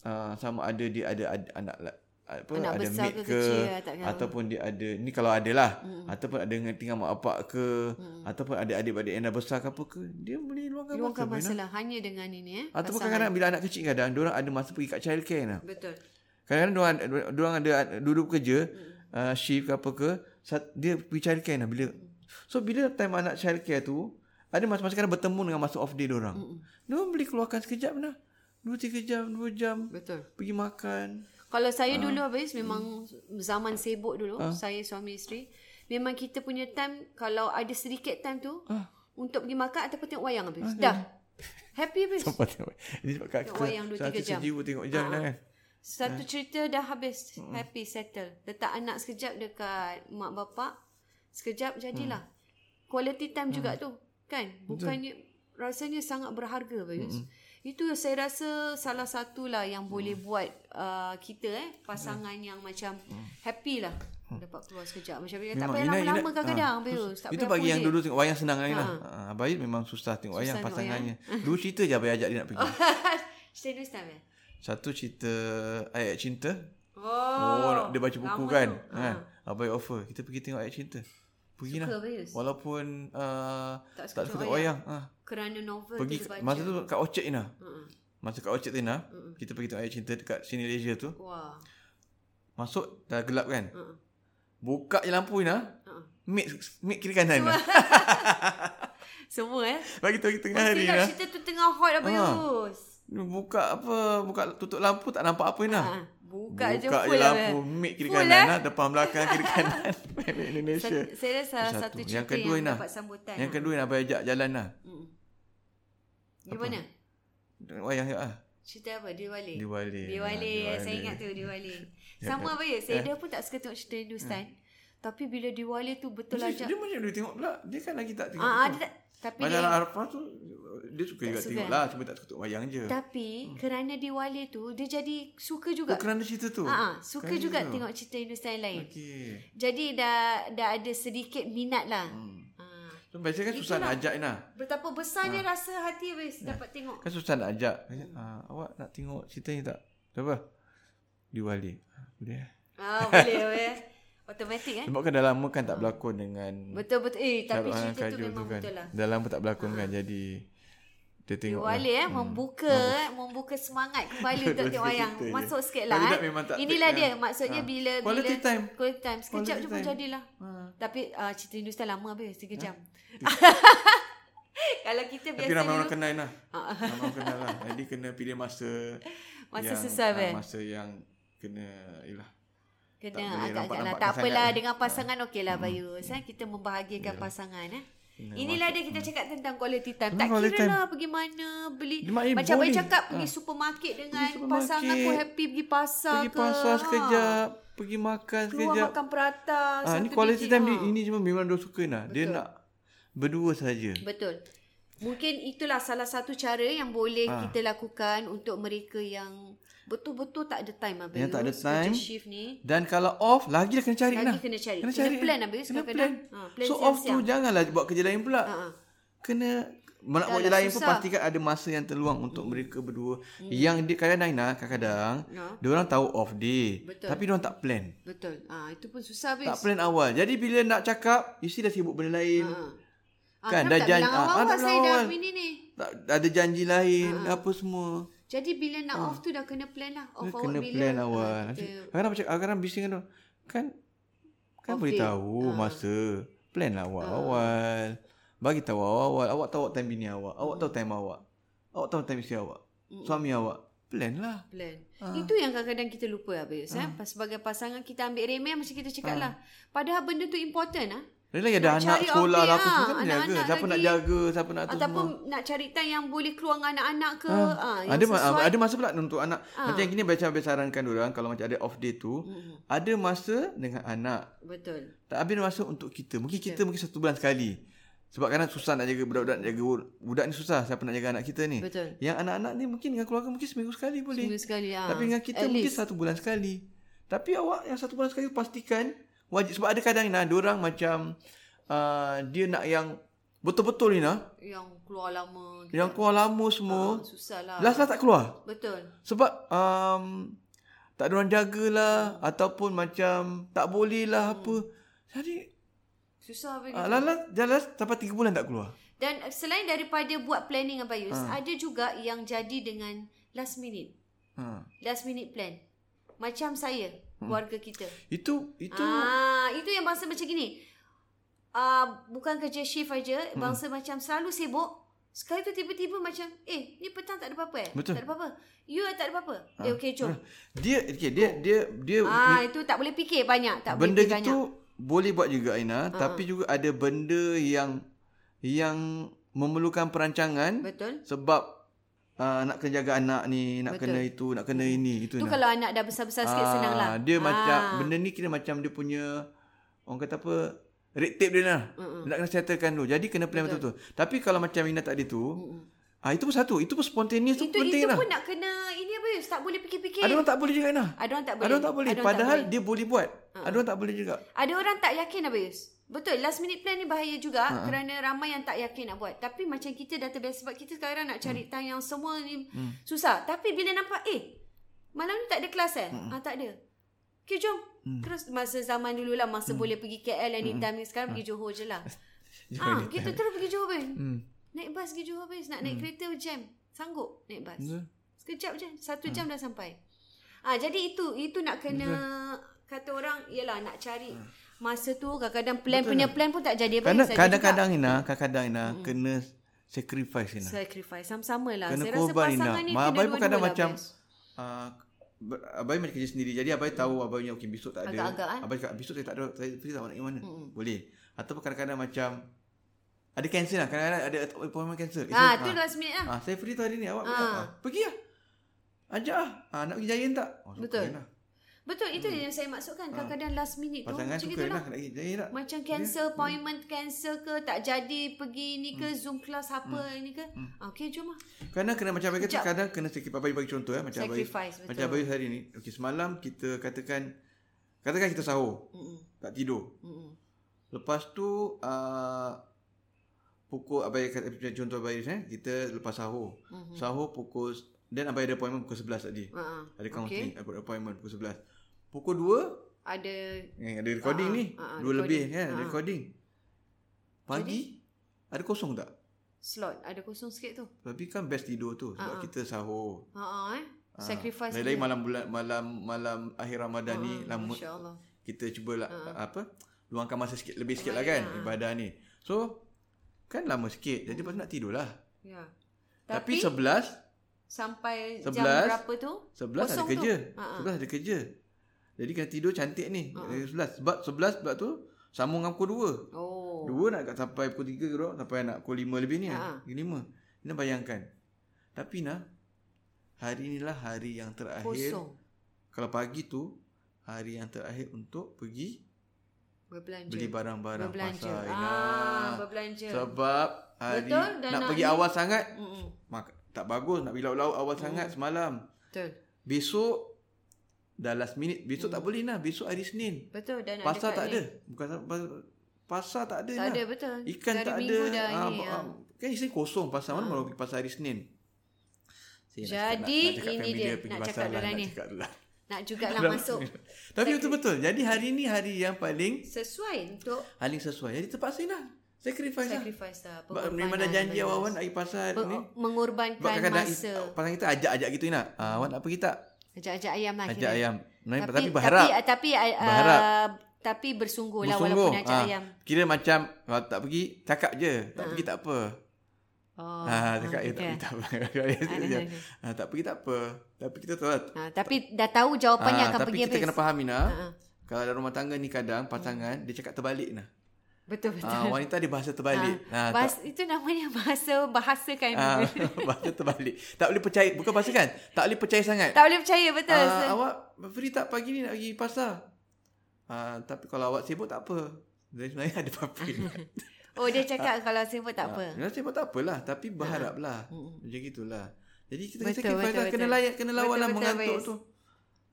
S1: Ah, sama ada dia ada, ada anak la- apa
S3: Anak
S1: ada
S3: besar
S1: maid
S3: ke
S1: ke,
S3: kecil lah, tak Hmm. kenal.
S1: ataupun dia ada ni kalau ada lah ataupun ada dengan tinggal mak bapak ke
S3: Hmm.
S1: ataupun ada adik-adik yang dah besar ke apa ke dia boleh luangkan,
S3: Luangkan lah.
S1: masa, Rina.
S3: masalah. Hanya dengan ini eh.
S1: ataupun
S3: pasangan.
S1: kadang-kadang bila anak kecil kadang dia orang ada masa pergi kat childcare nah
S3: Betul.
S1: Kadang-kadang diorang, diorang ada duduk kerja,
S3: Hmm.
S1: uh, shift ke apa ke, sat- dia pergi childcare lah bila. So, bila time anak childcare tu, ada masa-masa kadang bertemu dengan masa off day diorang.
S3: Hmm.
S1: Mm. Diorang boleh keluarkan sekejap lah. Dua, tiga jam, dua jam.
S3: Betul.
S1: Pergi makan.
S3: Kalau saya dulu habis memang zaman sibuk dulu saya suami isteri memang kita punya time kalau ada sedikit time tu untuk pergi makan ataupun tengok wayang habis. Dah. Happy habis.
S1: Apa tengok? Ini sebab kat
S3: Tengok wayang dua, tiga jam.
S1: jiwa tengok jam
S3: Ah.
S1: dah kan.
S3: Satu cerita dah habis. Happy settle. Letak anak sekejap dekat mak bapak. Sekejap jadilah.
S1: Mm.
S3: Hmm. Quality time juga tu. Kan? Bukannya rasanya sangat berharga Bayus. Hmm. Itu saya rasa salah satulah yang hmm.
S1: Mm.
S3: boleh buat uh, kita eh pasangan hmm. yang macam hmm. happy lah dapat keluar sekejap macam
S1: Mm.
S3: dia tak
S1: Memang,
S3: payah
S1: Ina-
S3: lama-lama
S1: Ina-
S3: kadang-kadang
S1: ah,
S3: Bayus. Tak
S1: Itu
S3: payah
S1: bagi yang
S3: pusing.
S1: dulu tengok wayang senang lagi lah. Ha. Abang Yus memang susah tengok wayang
S3: Susah tengok
S1: pasangannya. Dulu cerita je abang ajak dia nak pergi.
S3: Stainless time eh?
S1: Satu cerita ayat cinta.
S3: Oh,
S1: Oh, nak- dia baca buku
S3: lama
S1: kan.
S3: tu. Ah.
S1: Ha. Abang Yus offer, kita pergi tengok ayat cinta. Pergilah.
S3: Suka Bayus.
S1: Walaupun uh, tak
S3: Tak suka
S1: suka tengok
S3: tengok
S1: wayang. Ha.
S3: Kerana novel
S1: Pergi
S3: tu dia baca.
S1: masa tu kat Orchard Ina.
S3: Ha-ha.
S1: Masa kat Orchard tu Ina, kita pergi tengok ayat cinta dekat Cine Leisure tu.
S3: Wah.
S1: Masuk dah gelap kan.
S3: Ha.
S1: Buka je lampu Ina.
S3: Ha.
S1: Mid, mid kiri kanan Ina.
S3: Semua eh.
S1: Bagi tu tengah
S3: Mesti
S1: hari eh?
S3: lah
S1: Ina.
S3: cerita tu tengah hot apa
S1: Ha.
S3: Yus.
S1: Buka apa Buka tutup lampu Tak nampak apa Ina
S3: Ha. Buka,
S1: Ya.
S3: je
S1: Buka
S3: full
S1: je
S3: lah,
S1: lampu
S3: Bayus.
S1: Mid kiri
S3: Full,
S1: kanan
S3: eh?
S1: lah. Depan belakang kiri kanan Made in Indonesia
S3: Satu, saya rasa salah satu,
S1: Satu.
S3: cerita
S1: Yang
S3: yang,
S1: kedua, Ina.
S3: dapat sambutan. lah.
S1: Yang kedua Ina Abang ajak jalan lah
S3: Hmm. Gimana?
S1: Wayang je lah
S3: Cerita apa? Dia balik.
S1: Dia balik
S3: Dia balik. Saya ingat tu dia balik. Sama apa ya?
S1: Eh?
S3: Saya dah pun tak suka tengok cerita Hindustan. Tapi bila dia balik tu betul
S1: dia,
S3: ajak.
S1: Eh? dia macam dia tengok pula Dia kan lagi tak tengok
S3: Ah, ah,
S1: tu.
S3: dia tak, tapi
S1: Macam
S3: dia,
S1: Anak Arafah tu Dia suka juga
S3: suka.
S1: tengok lah Cuma tak suka tengok wayang je
S3: tapi kerana dia balik tu dia jadi suka
S1: Hmm. Oh
S3: juga.
S1: kerana cerita tu
S3: Ah, ah, suka
S1: Kerana
S3: juga
S1: cerita tu.
S3: tengok cerita Hindustan yang lain.
S1: Okey
S3: Jadi dah dah ada sedikit minat lah.
S1: Hmm.
S3: Ah.
S1: So biasanya kan susah nak ajak Ina
S3: Betapa besarnya
S1: Ah.
S3: rasa hati weh dapat tengok.
S1: Kan susah nak ajak ah, Awak nak tengok cerita ni tak Tak apa Dia balik Boleh eh?
S3: Ah, boleh weh. Automatik eh.
S1: Sebab kan dah lama kan tak berlakon dengan
S3: Betul betul. Eh tapi
S1: Syarul Hanan
S3: cerita tu
S1: Kajol
S3: memang
S1: kan.
S3: betul lah.
S1: Dah lama tak berlakon kan Jadi Dia tengok lah.
S3: Wali eh membuka eh membuka semangat kembali untuk
S1: Betul
S3: tengok wayang.
S1: cerita je.
S3: Masuk sikit
S1: Kalau
S3: lah.
S1: tak memang tak
S3: Eh. Inilah
S1: take
S3: dia
S1: lah.
S3: maksudnya
S1: Ha.
S3: bila
S1: Quality
S3: bila
S1: time.
S3: quality time sekejap
S1: Quality
S3: je pun
S1: time.
S3: jadilah.
S1: ha.
S3: Tapi uh, cerita Hindustan lama habis 3 jam. Kalau kita
S1: Tapi
S3: biasa
S1: ramai
S3: dulu Ah.
S1: orang kenal lah Ramai orang kenal lah Jadi kena pilih masa
S3: Masa sesuai,
S1: ah,
S3: eh?
S1: Masa yang Kena Yalah tak
S3: kena
S1: boleh
S3: agak-agak lah.
S1: nampak-nampak
S3: Tak
S1: sangat
S3: apalah
S1: lah.
S3: dengan pasangan okey lah Bayus. Ha. Kita
S1: Ya.
S3: membahagiakan pasangan eh. Inilah dia kita cakap tentang quality time.
S1: Memang
S3: Tak
S1: quality
S3: kira lah pergi mana, beli.
S1: Dia main
S3: Macam Bayus
S1: bowling.
S3: cakap pergi
S1: Ha.
S3: supermarket dengan
S1: supermarket.
S3: pasangan pun happy pergi pasar
S1: Pergi
S3: ke.
S1: pasar
S3: Ha.
S1: sekejap Pergi makan
S3: Keluar
S1: sekejap
S3: makan prata.
S1: Ah,
S3: satu
S1: ni quality
S3: biji,
S1: time
S3: ha.
S1: ni, ini cuma memang dia suka lah. Dia
S3: Betul.
S1: nak berdua saja.
S3: Betul. Mungkin itulah salah satu cara yang boleh ha. kita lakukan untuk mereka yang betul-betul tak ada time Abang
S1: Yang tak ada
S3: Yus,
S1: time.
S3: Kerja shift ni.
S1: Dan kalau off lagi dah kena cari
S3: Lagi
S1: lah.
S3: kena cari.
S1: Kena
S3: Kena
S1: cari.
S3: plan habis
S1: Kena plan.
S3: kadang-kadang. Ha, plan
S1: so off tu
S3: siang-siang.
S1: janganlah buat kerja lain pula.
S3: Ha, ha.
S1: Kena nak buat
S3: Dah
S1: kerja
S3: lah,
S1: lain pun
S3: susah. Hmm.
S1: pastikan ada masa yang terluang untuk mereka berdua. Yang dia kadang Naina kadang-kadang dia orang tahu off day
S3: Betul.
S1: tapi dia orang tak plan.
S3: Betul. Ha, itu pun susah habis.
S1: Tak plan awal. Jadi bila nak cakap, isi dah sibuk benda lain.
S3: Ha,
S1: Kan,
S3: kenapa
S1: dah
S3: tak
S1: janji-
S3: bilang
S1: ah,
S3: awal-awal
S1: tak bilang
S3: saya dah
S1: awal.
S3: ini ni.
S1: Tak ada janji lain,
S3: Ha,
S1: apa semua.
S3: Jadi bila nak off tu dah kena plan lah. Off
S1: Hmm. Dia
S3: awak
S1: kena
S3: bila.
S1: plan
S3: ha,
S1: awal.
S3: kita-
S1: Kadang-kadang macam kadang-kadang bising kan. Kan kan
S3: Off Ah.
S1: boleh
S3: day.
S1: tahu masa. Plan lah awal awal. Bagi tahu awal awal. Awak tahu awak time bini awak. Awak tahu time awak. Awak tahu time isteri awak. Suami awak. Plan lah.
S3: plan. Itu yang kadang-kadang kita lupa habis.
S1: Ah.
S3: Ha. Ha? Sebagai pasangan kita ambil remeh macam kita cakap ha. lah. Padahal benda tu important lah. Ha?
S1: Dia lagi ada
S3: Nak
S1: anak
S3: cari
S1: sekolah
S3: off day
S1: lah apa
S3: lah.
S1: semua kan
S3: Anak-anak
S1: jaga. Siapa nak
S3: lagi. Ah,
S1: jaga, siapa nak tu semua. Ah.
S3: Ataupun nak cari time yang boleh keluar dengan anak-anak ke. Ha. yang
S1: ada ma-
S3: sesuai. Ah.
S1: ada masa pula untuk anak. Macam gini macam saya sarankan orang kalau macam ada off day tu, ada masa dengan anak.
S3: Betul.
S1: Tak habis masa untuk kita. Mungkin kita mungkin satu bulan sekali. Sebab kadang susah nak jaga budak-budak nak jaga budak ni susah siapa nak jaga anak kita ni.
S3: Betul.
S1: Yang anak-anak ni mungkin dengan keluarga mungkin seminggu sekali boleh.
S3: Seminggu sekali, ah.
S1: Tapi dengan kita
S3: At
S1: mungkin
S3: least.
S1: satu bulan sekali. Tapi awak yang satu bulan sekali pastikan wajib sebab ada kadang nah orang macam uh, dia nak yang betul-betul ni nah
S3: Yang keluar lama. Gitu.
S1: yang keluar lama semua.
S3: Ah, susah lah.
S1: Last lah tak keluar.
S3: Betul.
S1: Sebab um, tak ada orang jagalah ataupun macam tak boleh lah apa.
S3: Hmm.
S1: Jadi
S3: Susah habis.
S1: Ah, Lala jalan sampai 3 bulan tak keluar.
S3: Dan selain daripada buat planning apa Yus,
S1: Ah.
S3: ha. ada juga yang jadi dengan last minute.
S1: Ha.
S3: Last minute plan. Macam saya, keluarga kita.
S1: Itu Hmm. itu
S3: Ah, itu yang bangsa macam gini. Ah, bukan kerja shift aja,
S1: Hmm.
S3: bangsa macam selalu sibuk. Sekali tu tiba-tiba macam, "Eh, ni petang tak ada apa-apa eh?"
S1: Betul. Ah.
S3: Tak ada apa-apa. You tak ada apa-apa. Ha. Eh, okey, jom.
S1: dia okay, dia dia dia
S3: Ah, itu tak boleh fikir banyak,
S1: Eh,
S3: tak
S1: benda
S3: boleh fikir
S1: gitu
S3: banyak. Ah.
S1: boleh buat juga Aina, tapi juga ada benda yang yang memerlukan perancangan
S3: Betul.
S1: sebab uh, nak kena jaga anak ni, nak Betul. kena itu, nak kena ini, itu Aina.
S3: Tu Hmm. kalau anak
S1: Ah,
S3: dah besar-besar sikit senang lah.
S1: Dia macam benda ni kira macam dia punya orang kata apa Red tape dia lah. Mm-mm. Nak kena settlekan dulu. Jadi kena plan betul-betul. Tapi kalau macam Ina tadi tu, ah itu pun satu. Itu pun spontaneous tu
S3: Mm. Itu
S1: penting
S3: itu
S1: lah.
S3: pun nak kena ini apa Yus? Tak boleh fikir-fikir.
S1: Ada orang tak boleh juga Ina.
S3: Ada orang tak boleh.
S1: Ada orang tak boleh.
S3: Ada orang tak
S1: Padahal
S3: boleh. Ha.
S1: dia boleh buat. Ada orang tak boleh juga.
S3: Ada orang tak yakin apa Yus? Betul, last minute plan ni bahaya juga ha. kerana ramai yang tak yakin nak buat. Tapi macam kita dah terbiasa sebab kita sekarang nak cari time yang semua ni
S1: Hmm.
S3: susah. Tapi bila nampak, eh, malam ni tak ada kelas eh? Ah, tak ada. Okay, jom. Terus masa zaman dulu lah, masa boleh pergi KL anytime ni. Sekarang pergi Johor je lah. ah, kita terus pergi Johor Bayu.
S1: Hmm.
S3: Naik bas pergi Johor Bayu. Nak naik kereta jam. Sanggup naik bas.
S1: Hmm.
S3: Sekejap je. Satu jam dah sampai. Ah jadi itu itu nak kena kata orang ialah nak cari
S1: Hmm.
S3: masa tu kadang-kadang plan punya plan pun tak jadi apa
S1: Kadang-
S3: saja
S1: Kadang-kadang Ina, kadang-kadang Ina
S3: Hmm.
S1: kena sacrifice Ina.
S3: juga. sacrifice sama-sama lah.
S1: Kena
S3: Saya rasa
S1: korban Ina.
S3: pasangan
S1: Ma-
S3: ni kena
S1: Abai pun
S3: dua-dua
S1: kadang
S3: lah,
S1: macam
S3: best.
S1: ah, ber- Abai macam kerja sendiri. Jadi Abai tahu Abai punya okay, besok tak ada.
S3: Agak-agak, Hmm. kan?
S1: Abai cakap besok saya tak ada. Saya pergi tak nak pergi mana. Boleh. Ataupun kadang-kadang macam ada cancel lah. Kadang-kadang ada appointment cancel. Eh,
S3: Ah
S1: saya-
S3: tu
S1: ah,
S3: last minute lah.
S1: Ah, saya free tu hari ni. Awak boleh tak? Ah, pergi lah. Ajak lah. Ah, nak pergi Giant tak? Oh,
S3: Betul.
S1: kena.
S3: Betul itu yang saya maksudkan kadang-kadang last minute tu
S1: Hmm. Ah. Pasangan
S3: macam
S1: suka
S3: gitulah.
S1: lah. Ya. Nak pergi Giant tak?
S3: Macam cancel appointment cancel ke tak jadi pergi ni ke zoom class apa ni ke. Ah, Okey jom lah.
S1: Kadang kena Hmm. macam Abang kata
S3: Sekejap.
S1: Kadang kena sakit Abang bagi contoh eh, Macam Abang
S3: Sacrifice, betul.
S1: Macam Abang hari ni okay, Semalam kita katakan Katakan kita sahur
S3: Mm-mm.
S1: Tak tidur
S3: Mm-mm.
S1: Lepas tu uh, Pukul Abang kata macam Contoh Abang Iris eh, Kita lepas sahur
S3: Mhm.
S1: Sahur pukul Then Abang ada appointment Pukul 11 tadi
S3: Ah, ah.
S1: Ada
S3: Okey.
S1: counseling okay. Appointment pukul 11 Pukul
S3: Ada
S1: 2 eh, Ada recording
S3: Ah,
S1: ni
S3: ah, ah,
S1: 2 lebih
S3: recording.
S1: kan Ada
S3: Ah.
S1: recording Pagi Ada kosong tak?
S3: slot, ada kosong sikit tu.
S1: Tapi kan best tidur tu Sebab
S3: Ah, ah.
S1: kita sahur
S3: Ha ah eh. Sacrifice
S1: Lain-lain
S3: dia.
S1: malam bulan malam malam akhir Ramadan ni
S3: Ah,
S1: lama
S3: Masya-Allah.
S1: kita cuba lah, apa luangkan masa sikit lebih sikit lah
S3: Luangkan,
S1: kan
S3: ah.
S1: ibadah ni. So kan lama sikit jadi lepas tu nak tidur lah.
S3: Ya.
S1: Tapi, Tapi
S3: Tapi,
S1: 11
S3: sampai jam
S1: sebelas,
S3: berapa tu?
S1: 11 ada
S3: kosong tu.
S1: kerja.
S3: Ah, ah.
S1: 11 ada kerja. Jadi kena tidur cantik ni. Uh-huh. 11 sebab 11 pula tu sambung dengan pukul 2.
S3: Oh.
S1: Dua nak kat sampai pukul tiga ke dua, sampai nak pukul lima lebih ni.
S3: Ha.
S1: Ha. Lima. Nak bayangkan. Tapi nah, hari inilah hari yang terakhir.
S3: Kosong.
S1: Kalau pagi tu, hari yang terakhir untuk pergi
S3: Berbelanja.
S1: beli barang-barang
S3: berbelanja.
S1: pasar. Ina.
S3: Ah, berbelanja.
S1: Sebab hari
S3: Betul, dan
S1: nak
S3: nak
S1: pergi
S3: ni-
S1: awal sangat,
S3: Mm-mm.
S1: mak, tak bagus. Nak pergi lauk-lauk awal sangat
S3: Hmm.
S1: semalam.
S3: Betul.
S1: Besok, dah last minute. Besok tak boleh lah. Besok hari Senin.
S3: Betul dan
S1: Pasar tak ada.
S3: Hmm. Ya, ni.
S1: Bukan pas- pasar tak ada
S3: Tak
S1: lah.
S3: ada betul.
S1: Ikan
S3: Dah
S1: tak ada.
S3: minggu Dah
S1: Ah,
S3: ni,
S1: ba-
S3: ah.
S1: ah, Kan isteri kosong pasar mana baru pergi pasar hari Senin. Saya nak cakap-
S3: Jadi,
S1: nak cakap
S3: ini
S1: family
S3: dia.
S1: pergi
S3: Nak
S1: pasar
S3: cakap
S1: lah,
S3: diorang
S1: nak
S3: ni.
S1: cakap lah.
S3: Nak jugalah
S1: Dalam-
S3: masuk.
S1: Tapi betul-betul. Jadi hari ni hari yang paling
S3: Sesuai untuk
S1: paling sesuai. Jadi terpaksa lah. Sacrifice lah.
S3: sacrifice lah.
S1: Sebab memang dah janji awal-awal nak pergi pasar
S3: Pe-
S1: ni. Sebab
S3: mengorbankan
S1: kadang-kadang
S3: masa.
S1: is- pasal kita ajak-ajak gitu nak. Ah, awak nak pergi tak?
S3: Ajak-ajak ayam lah.
S1: Ajak
S3: kira.
S1: ayam. Tapi,
S3: Tapi,
S1: tapi berharap.
S3: Tapi, tapi, uh,
S1: Berharap.
S3: tapi bersungguh lah
S1: bersungguh.
S3: walaupun ajak
S1: Ah,
S3: ayam. Ah.
S1: Kira macam kalau tak pergi cakap je. Tak pergi tak apa.
S3: Oh,
S1: Ah, cakap ya tak
S3: okey.
S1: pergi tak apa.
S3: Ah, dah, dah, dah.
S1: Ah, tak pergi tak apa. Tapi kita tahu lah
S3: Ah, tapi dah tahu jawapannya
S1: Ah,
S3: akan
S1: tapi
S3: pergi
S1: kita
S3: habis.
S1: kena faham Ina.
S3: Ha, ha.
S1: Kalau dalam rumah tangga ni kadang pasangan dia cakap terbalik nah.
S3: Betul betul.
S1: Ah, wanita dia bahasa terbalik.
S3: Ah,
S1: Ah,
S3: bahas, itu namanya bahasa bahasakan.
S1: Ah, bahasa terbalik. Tak boleh percaya, bukan bahasa kan? Tak boleh percaya sangat.
S3: tak boleh percaya betul.
S1: Ah,
S3: So,
S1: awak free tak pagi ni nak pergi pasar? Ah, tapi kalau awak sibuk tak apa. Jadi sebenarnya ada apa-apa.
S3: oh dia cakap kalau sibuk tak apa.
S1: Ah, sibuk tak apalah, tapi berharaplah. Macam gitulah. Jadi kita kena
S3: Betul,
S1: sacrifice
S3: betul,
S1: lah. Kena
S3: betul.
S1: layak, kena lawan
S3: Betul,
S1: lah
S3: betul,
S1: mengantuk
S3: Faiz.
S1: tu.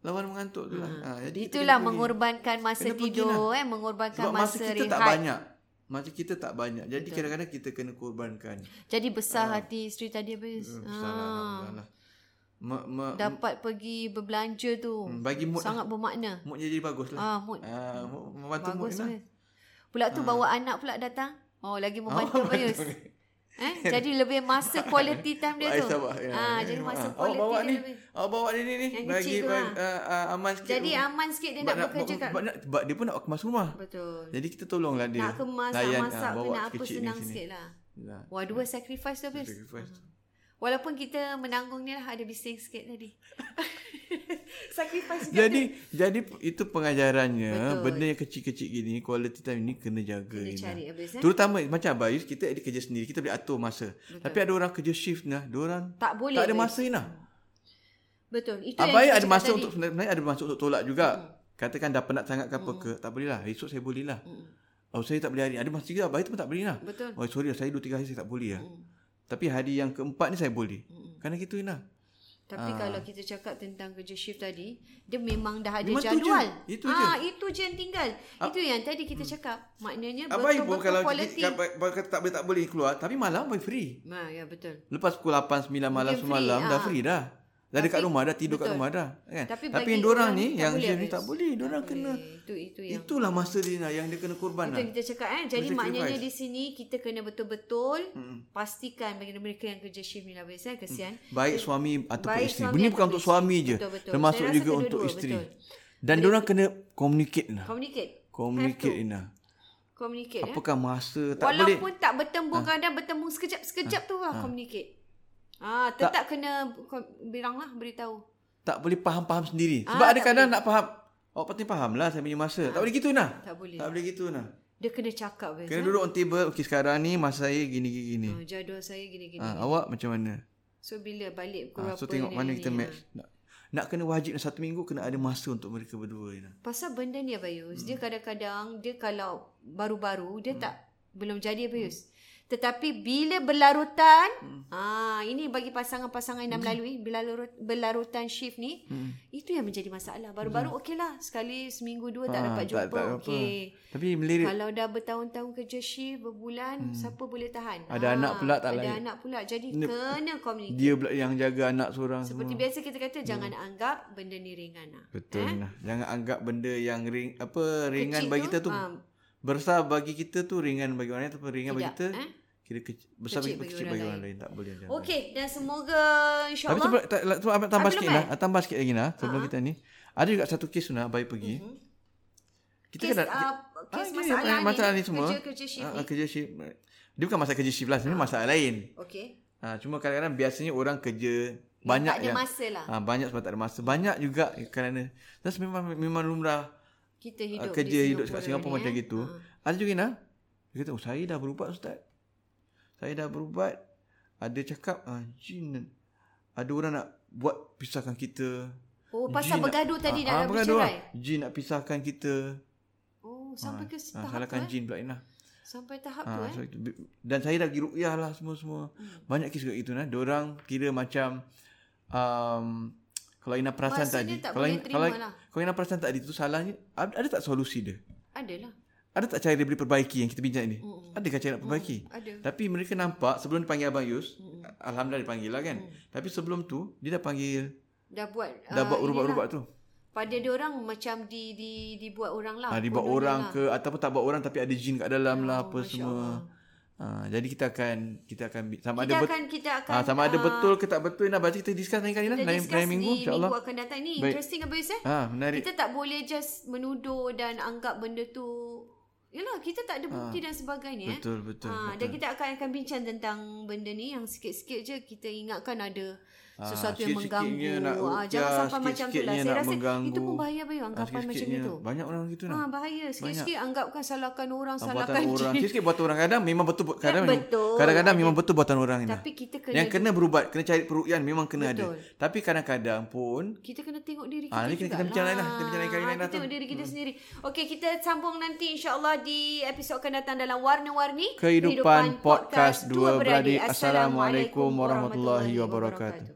S1: Lawan mengantuk tu lah. Ah, jadi kita
S3: Itulah
S1: kena pergi.
S3: mengorbankan masa
S1: Kena pergi lah.
S3: tidur eh mengorbankan
S1: Sebab masa,
S3: masa,
S1: kita
S3: rehat.
S1: tak banyak. Masa kita tak banyak. Jadi kadang-kadang kita kena korbankan.
S3: Jadi besar hati isteri tadi habis.
S1: Ah.
S3: Ah.
S1: Besar lah, Alhamdulillah. Ma- ma-
S3: Dapat pergi berbelanja tu.
S1: Hmm, bagi mood
S3: sangat bermakna.
S1: mood jadi bagus lah.
S3: Ah mood
S1: Ah, mu- membantu mood
S3: bagus
S1: lah.
S3: lah. Pula
S1: Ah.
S3: tu bawa anak pula datang. Oh lagi membantu oh, Bayus. Eh, jadi lebih masa quality time dia tu.
S1: Sabar. Ya,
S3: ah,
S1: ya.
S3: jadi masa
S1: Ah,
S3: quality
S1: Awak bawa
S3: dia
S1: ni.
S3: lebih.
S1: Awak bawa ni ni ni.
S3: Yang
S1: Bagi
S3: kecil tu lah.
S1: bagi, ah, ah, aman sikit.
S3: Jadi
S1: tu.
S3: aman sikit dia
S1: Sebab
S3: nak bekerja kat.
S1: sebab nak- Sebab dia pun nak kemas rumah.
S3: Betul.
S1: Jadi kita tolonglah dia.
S3: Nak kemas, nak
S1: Layan, ah,
S3: masak ke
S1: bawa
S3: nak apa
S1: kecil ni
S3: senang
S1: sini. Ya,
S3: sikit lah.
S1: Yalah.
S3: Wah, dua sacrifice tu habis.
S1: Sacrifice tu.
S3: Walaupun kita menanggung ni lah ada bising sikit tadi. sacrifice juga
S1: Jadi jadi itu pengajarannya
S3: Betul.
S1: benda yang kecil-kecil gini quality time ni kena jaga
S3: Kena
S1: Ina.
S3: cari habis, eh?
S1: Terutama macam Abayus kita ada kerja sendiri kita boleh atur masa. Tapi ada orang kerja shift nah, dia orang
S3: Tak boleh,
S1: tak ada
S3: Abayus.
S1: masa lah. Ina.
S3: Betul. Itu yang
S1: Abai
S3: kita
S1: Ah, ada
S3: cakap
S1: masa
S3: tadi.
S1: untuk sebenarnya ada masa untuk tolak juga. Katakan dah penat sangat ke apa ke, tak boleh lah. Esok saya boleh lah. Oh saya tak boleh hari Ada masa tiga Bayi tu pun tak boleh lah
S3: Betul.
S1: Oh sorry lah, Saya dua tiga hari saya tak boleh lah hmm. Tapi hari yang keempat ni saya boleh hmm. Kerana gitu lah
S3: Tapi kalau kita cakap tentang kerja shift tadi, dia memang dah ada
S1: Memang tu
S3: jadual.
S1: je. Itu je.
S3: ah, itu je yang tinggal. itu yang tadi kita cakap. Maknanya
S1: Abai pun
S3: betul-betul
S1: kalau
S3: quality.
S1: kita, kalau kata tak boleh tak boleh keluar Tapi malam Abai free
S3: Ha, ya betul.
S1: Lepas pukul 8 9 malam
S3: Mungkin
S1: semua
S3: free,
S1: malam dah
S3: ah.
S1: free dah. Dah dekat
S3: Tapi-
S1: rumah dah tidur kat
S3: betul.
S1: rumah dah kan.
S3: Tapi
S1: Tapi,
S3: bagi
S1: yang diorang
S3: orang
S1: ni
S3: ni tak
S1: yang
S3: boleh,
S1: chef ni
S3: Fiz.
S1: tak boleh, diorang
S3: Tak
S1: kena
S3: boleh. Eh, Itu itu yang
S1: Itulah masa dia nak yang dia kena korban
S3: Itu
S1: lah.
S3: yang kita cakap kan. Jadi
S1: Sacrifice. Hmm.
S3: maknanya di sini kita kena betul-betul pastikan bagi mereka yang kerja shift ni lah biasa kesian.
S1: Baik suami ataupun
S3: Baik
S1: isteri.
S3: suami
S1: Ini
S3: ataupun
S1: bukan untuk
S3: isteri.
S1: suami je.
S3: Betul, betul.
S1: Termasuk
S3: Saya rasa
S1: juga
S3: kedua-dua,
S1: untuk isteri.
S3: betul.
S1: Dan diorang kena communicate lah.
S3: Communicate.
S1: Communicate Ina.
S3: Communicate eh.
S1: Apakah masa tak boleh Ah.
S3: Walaupun tak bertemu kadang bertemu sekejap sekejap tu lah communicate. Ah tetap kena kom- bilang lah beritahu.
S1: tak boleh faham-faham sendiri.
S3: Ah,
S1: Sebab ada kadang nak faham. Awak pasti faham lah saya punya masa. Tak boleh gitu Ina.
S3: Tak boleh.
S1: Tak boleh gitu Ina.
S3: Dia kena cakap biasa.
S1: Kena duduk on table. Okey sekarang ni masa saya gini gini gini.
S3: Ah, jadual saya gini-gini.
S1: Ha, awak macam mana?
S3: So bila balik
S1: Ha,
S3: pukul berapa
S1: so tengok
S3: ni, Ah.
S1: mana
S3: ni, ya.
S1: kita
S3: ni,
S1: match. Nak, nak kena wajib satu minggu kena ada masa untuk mereka berdua ni.
S3: ah. Pasal benda ni Abayus,
S1: Hmm.
S3: dia kadang-kadang dia kalau baru-baru dia tak belum
S1: Hmm.
S3: jadi Abayus. Tetapi bila berlarutan, ah ini bagi pasangan-pasangan yang dah
S1: Hmm.
S3: melalui berlarut, berlarutan shift ni, itu yang menjadi masalah. Baru-baru
S1: Hmm.
S3: okeylah sekali seminggu
S1: Ah,
S3: dua tak dapat jumpa, okey.
S1: Tapi melirik
S3: Kalau dah bertahun-tahun kerja shift berbulan, siapa boleh
S1: Hmm.
S3: tahan? Ah,
S1: Ada anak pula tak
S3: ada
S1: layak.
S3: anak pula. Jadi kena komunikasi.
S1: dia pula yang jaga anak seorang
S3: Seperti biasa kita kata jangan anggap benda ni ringan lah.
S1: semua. Hmm. Betul eh? Jangan anggap benda yang ring apa ringan
S3: Kecil
S1: bagi
S3: tu,
S1: kita tu.
S3: ah.
S1: Besar bagi kita tu ringan bagi orang lain ataupun ringan bagi kita.
S3: Tidak, eh?
S1: Kira kecil, besar
S3: Kecil
S1: bagi kita
S3: bagi
S1: kecil
S3: orang
S1: bagi orang lain. Tak boleh macam tu.
S3: Okey dan semoga
S1: Tapi
S3: insyaAllah.
S1: sebelum, tak, tak, tu Abang tambah
S3: Habis Ah.
S1: sikit
S3: lepas?
S1: lah. Tambah sikit lagi lah. Sebelum kita ni. Ada juga satu kes tu nak bayi pergi. Kita
S3: Mhm. Kes,
S1: kena-
S3: uh, kes
S1: Ah, ini
S3: masalah,
S1: yang-
S3: ni.
S1: masalah ni semua.
S3: Kerja-kerja shift
S1: Ah,
S3: ni. Ah.
S1: ah, kerja shift. Dia bukan masalah kerja shift lah. Sebenarnya masalah lain.
S3: Okey.
S1: Ha, cuma kadang-kadang biasanya orang kerja banyak
S3: tak ada
S1: yang,
S3: masa lah.
S1: Ha, banyak sebab tak ada masa. Banyak juga kerana terus memang memang lumrah
S3: Kita
S1: hidup
S3: hidup di
S1: Ah, kerja hidup kat
S3: Singapura
S1: Singapura
S3: ni,
S1: macam
S3: eh.
S1: gitu. Ada juga nah. Dia kata, oh, saya dah berubat ustaz. Saya dah berubat. Ada cakap, ah, jin. Ada orang nak buat pisahkan kita.
S3: Oh
S1: Jin
S3: pasal
S1: nak-
S3: bergaduh tadi
S1: Ah,
S3: dah
S1: ah,
S3: dah
S1: bergaduh lah.
S3: bercerai.
S1: Jin nak pisahkan kita.
S3: Oh sampai ke
S1: Ha,
S3: tahap
S1: salahkan
S3: tu eh.
S1: jin pula Inah.
S3: Sampai tahap tu
S1: Ha,
S3: eh. Hmm.
S1: so itu. Bi- Dan saya dah pergi ruqyah lah semua-semua. Banyak kes kat itu nah. Diorang kira macam um, kalau Ina perasan
S3: Maksudnya
S1: tadi,
S3: tak
S1: kalau
S3: boleh
S1: Ina,
S3: terima
S1: kalau,
S3: lah.
S1: kalau Ina perasan tadi tu salahnya ada, ada tak solusi dia?
S3: Adalah.
S1: Ada tak cara dia boleh perbaiki yang kita bincang ni? Mm. Adakah cara nak perbaiki?
S3: ada.
S1: Tapi mereka nampak sebelum dipanggil Abang Yus,
S3: Hmm.
S1: Alhamdulillah dipanggil lah kan. Tapi sebelum tu, dia dah panggil,
S3: Dah buat
S1: dah
S3: Hmm. ah,
S1: buat urubat-urubat
S3: inilah.
S1: tu.
S3: Pada dia orang macam di di dibuat orang lah.
S1: Ha, dia buat
S3: Konon
S1: orang
S3: lah. Ya,
S1: ke, ataupun tak buat orang tapi ada jin kat dalam lah apa
S3: Masya
S1: semua. Ha, jadi kita akan, kita akan, sama
S3: Kita
S1: ada bet-
S3: akan kita akan
S1: Ah, sama ada
S3: ah,
S1: betul ke tak betul Nah, baca kita discuss lain kali lah.
S3: kita
S1: Lain,
S3: discuss
S1: lain minggu
S3: di
S1: insyaAllah.
S3: Minggu akan datang ni.
S1: Baik.
S3: Interesting apa Yus eh?
S1: Ah, menarik.
S3: Kita tak boleh just menuduh dan anggap benda tu Yalah kita tak ada bukti dan
S1: Ah.
S3: sebagainya eh.
S1: Betul, betul,
S3: Ah,
S1: betul.
S3: Dan kita akan akan bincang tentang benda ni yang sikit-sikit je kita ingatkan ada
S1: Ah,
S3: sesuatu yang
S1: sikit-sikitnya
S3: mengganggu.
S1: nak
S3: Ah, jangan
S1: ujar,
S3: sampai macam tu lah.
S1: sikit-sikitnya
S3: Saya
S1: nak
S3: rasa
S1: mengganggu.
S3: itu pun bahaya bayu anggapan
S1: Ah,
S3: macam
S1: sikit-sikitnya.
S3: itu.
S1: Banyak orang gitu
S3: Ha,
S1: nah.
S3: bahaya. Sikit-sikit anggapkan salahkan orang,
S1: Ah,
S3: salahkan
S1: buatan orang.
S3: diri.
S1: Sikit-sikit buatan orang kadang memang betul kadang memang-
S3: betul.
S1: kadang-kadang memang betul buatan orang ni.
S3: Tapi kita kena
S1: yang kena berubat, kena cari perukian memang kena ada. Tapi kadang-kadang pun
S3: Kita kena tengok diri kita Ah,
S1: Ah, ni kita- kita bincang lain lah. Kita bincang lain kali lain lah
S3: Kita
S1: tu.
S3: tengok diri kita sendiri. Okey, kita sambung nanti insyaAllah di episod akan datang dalam Warna-Warni.
S1: Kehidupan Podcast Dua Beradik. Assalamualaikum warahmatullahi wabarakatuh.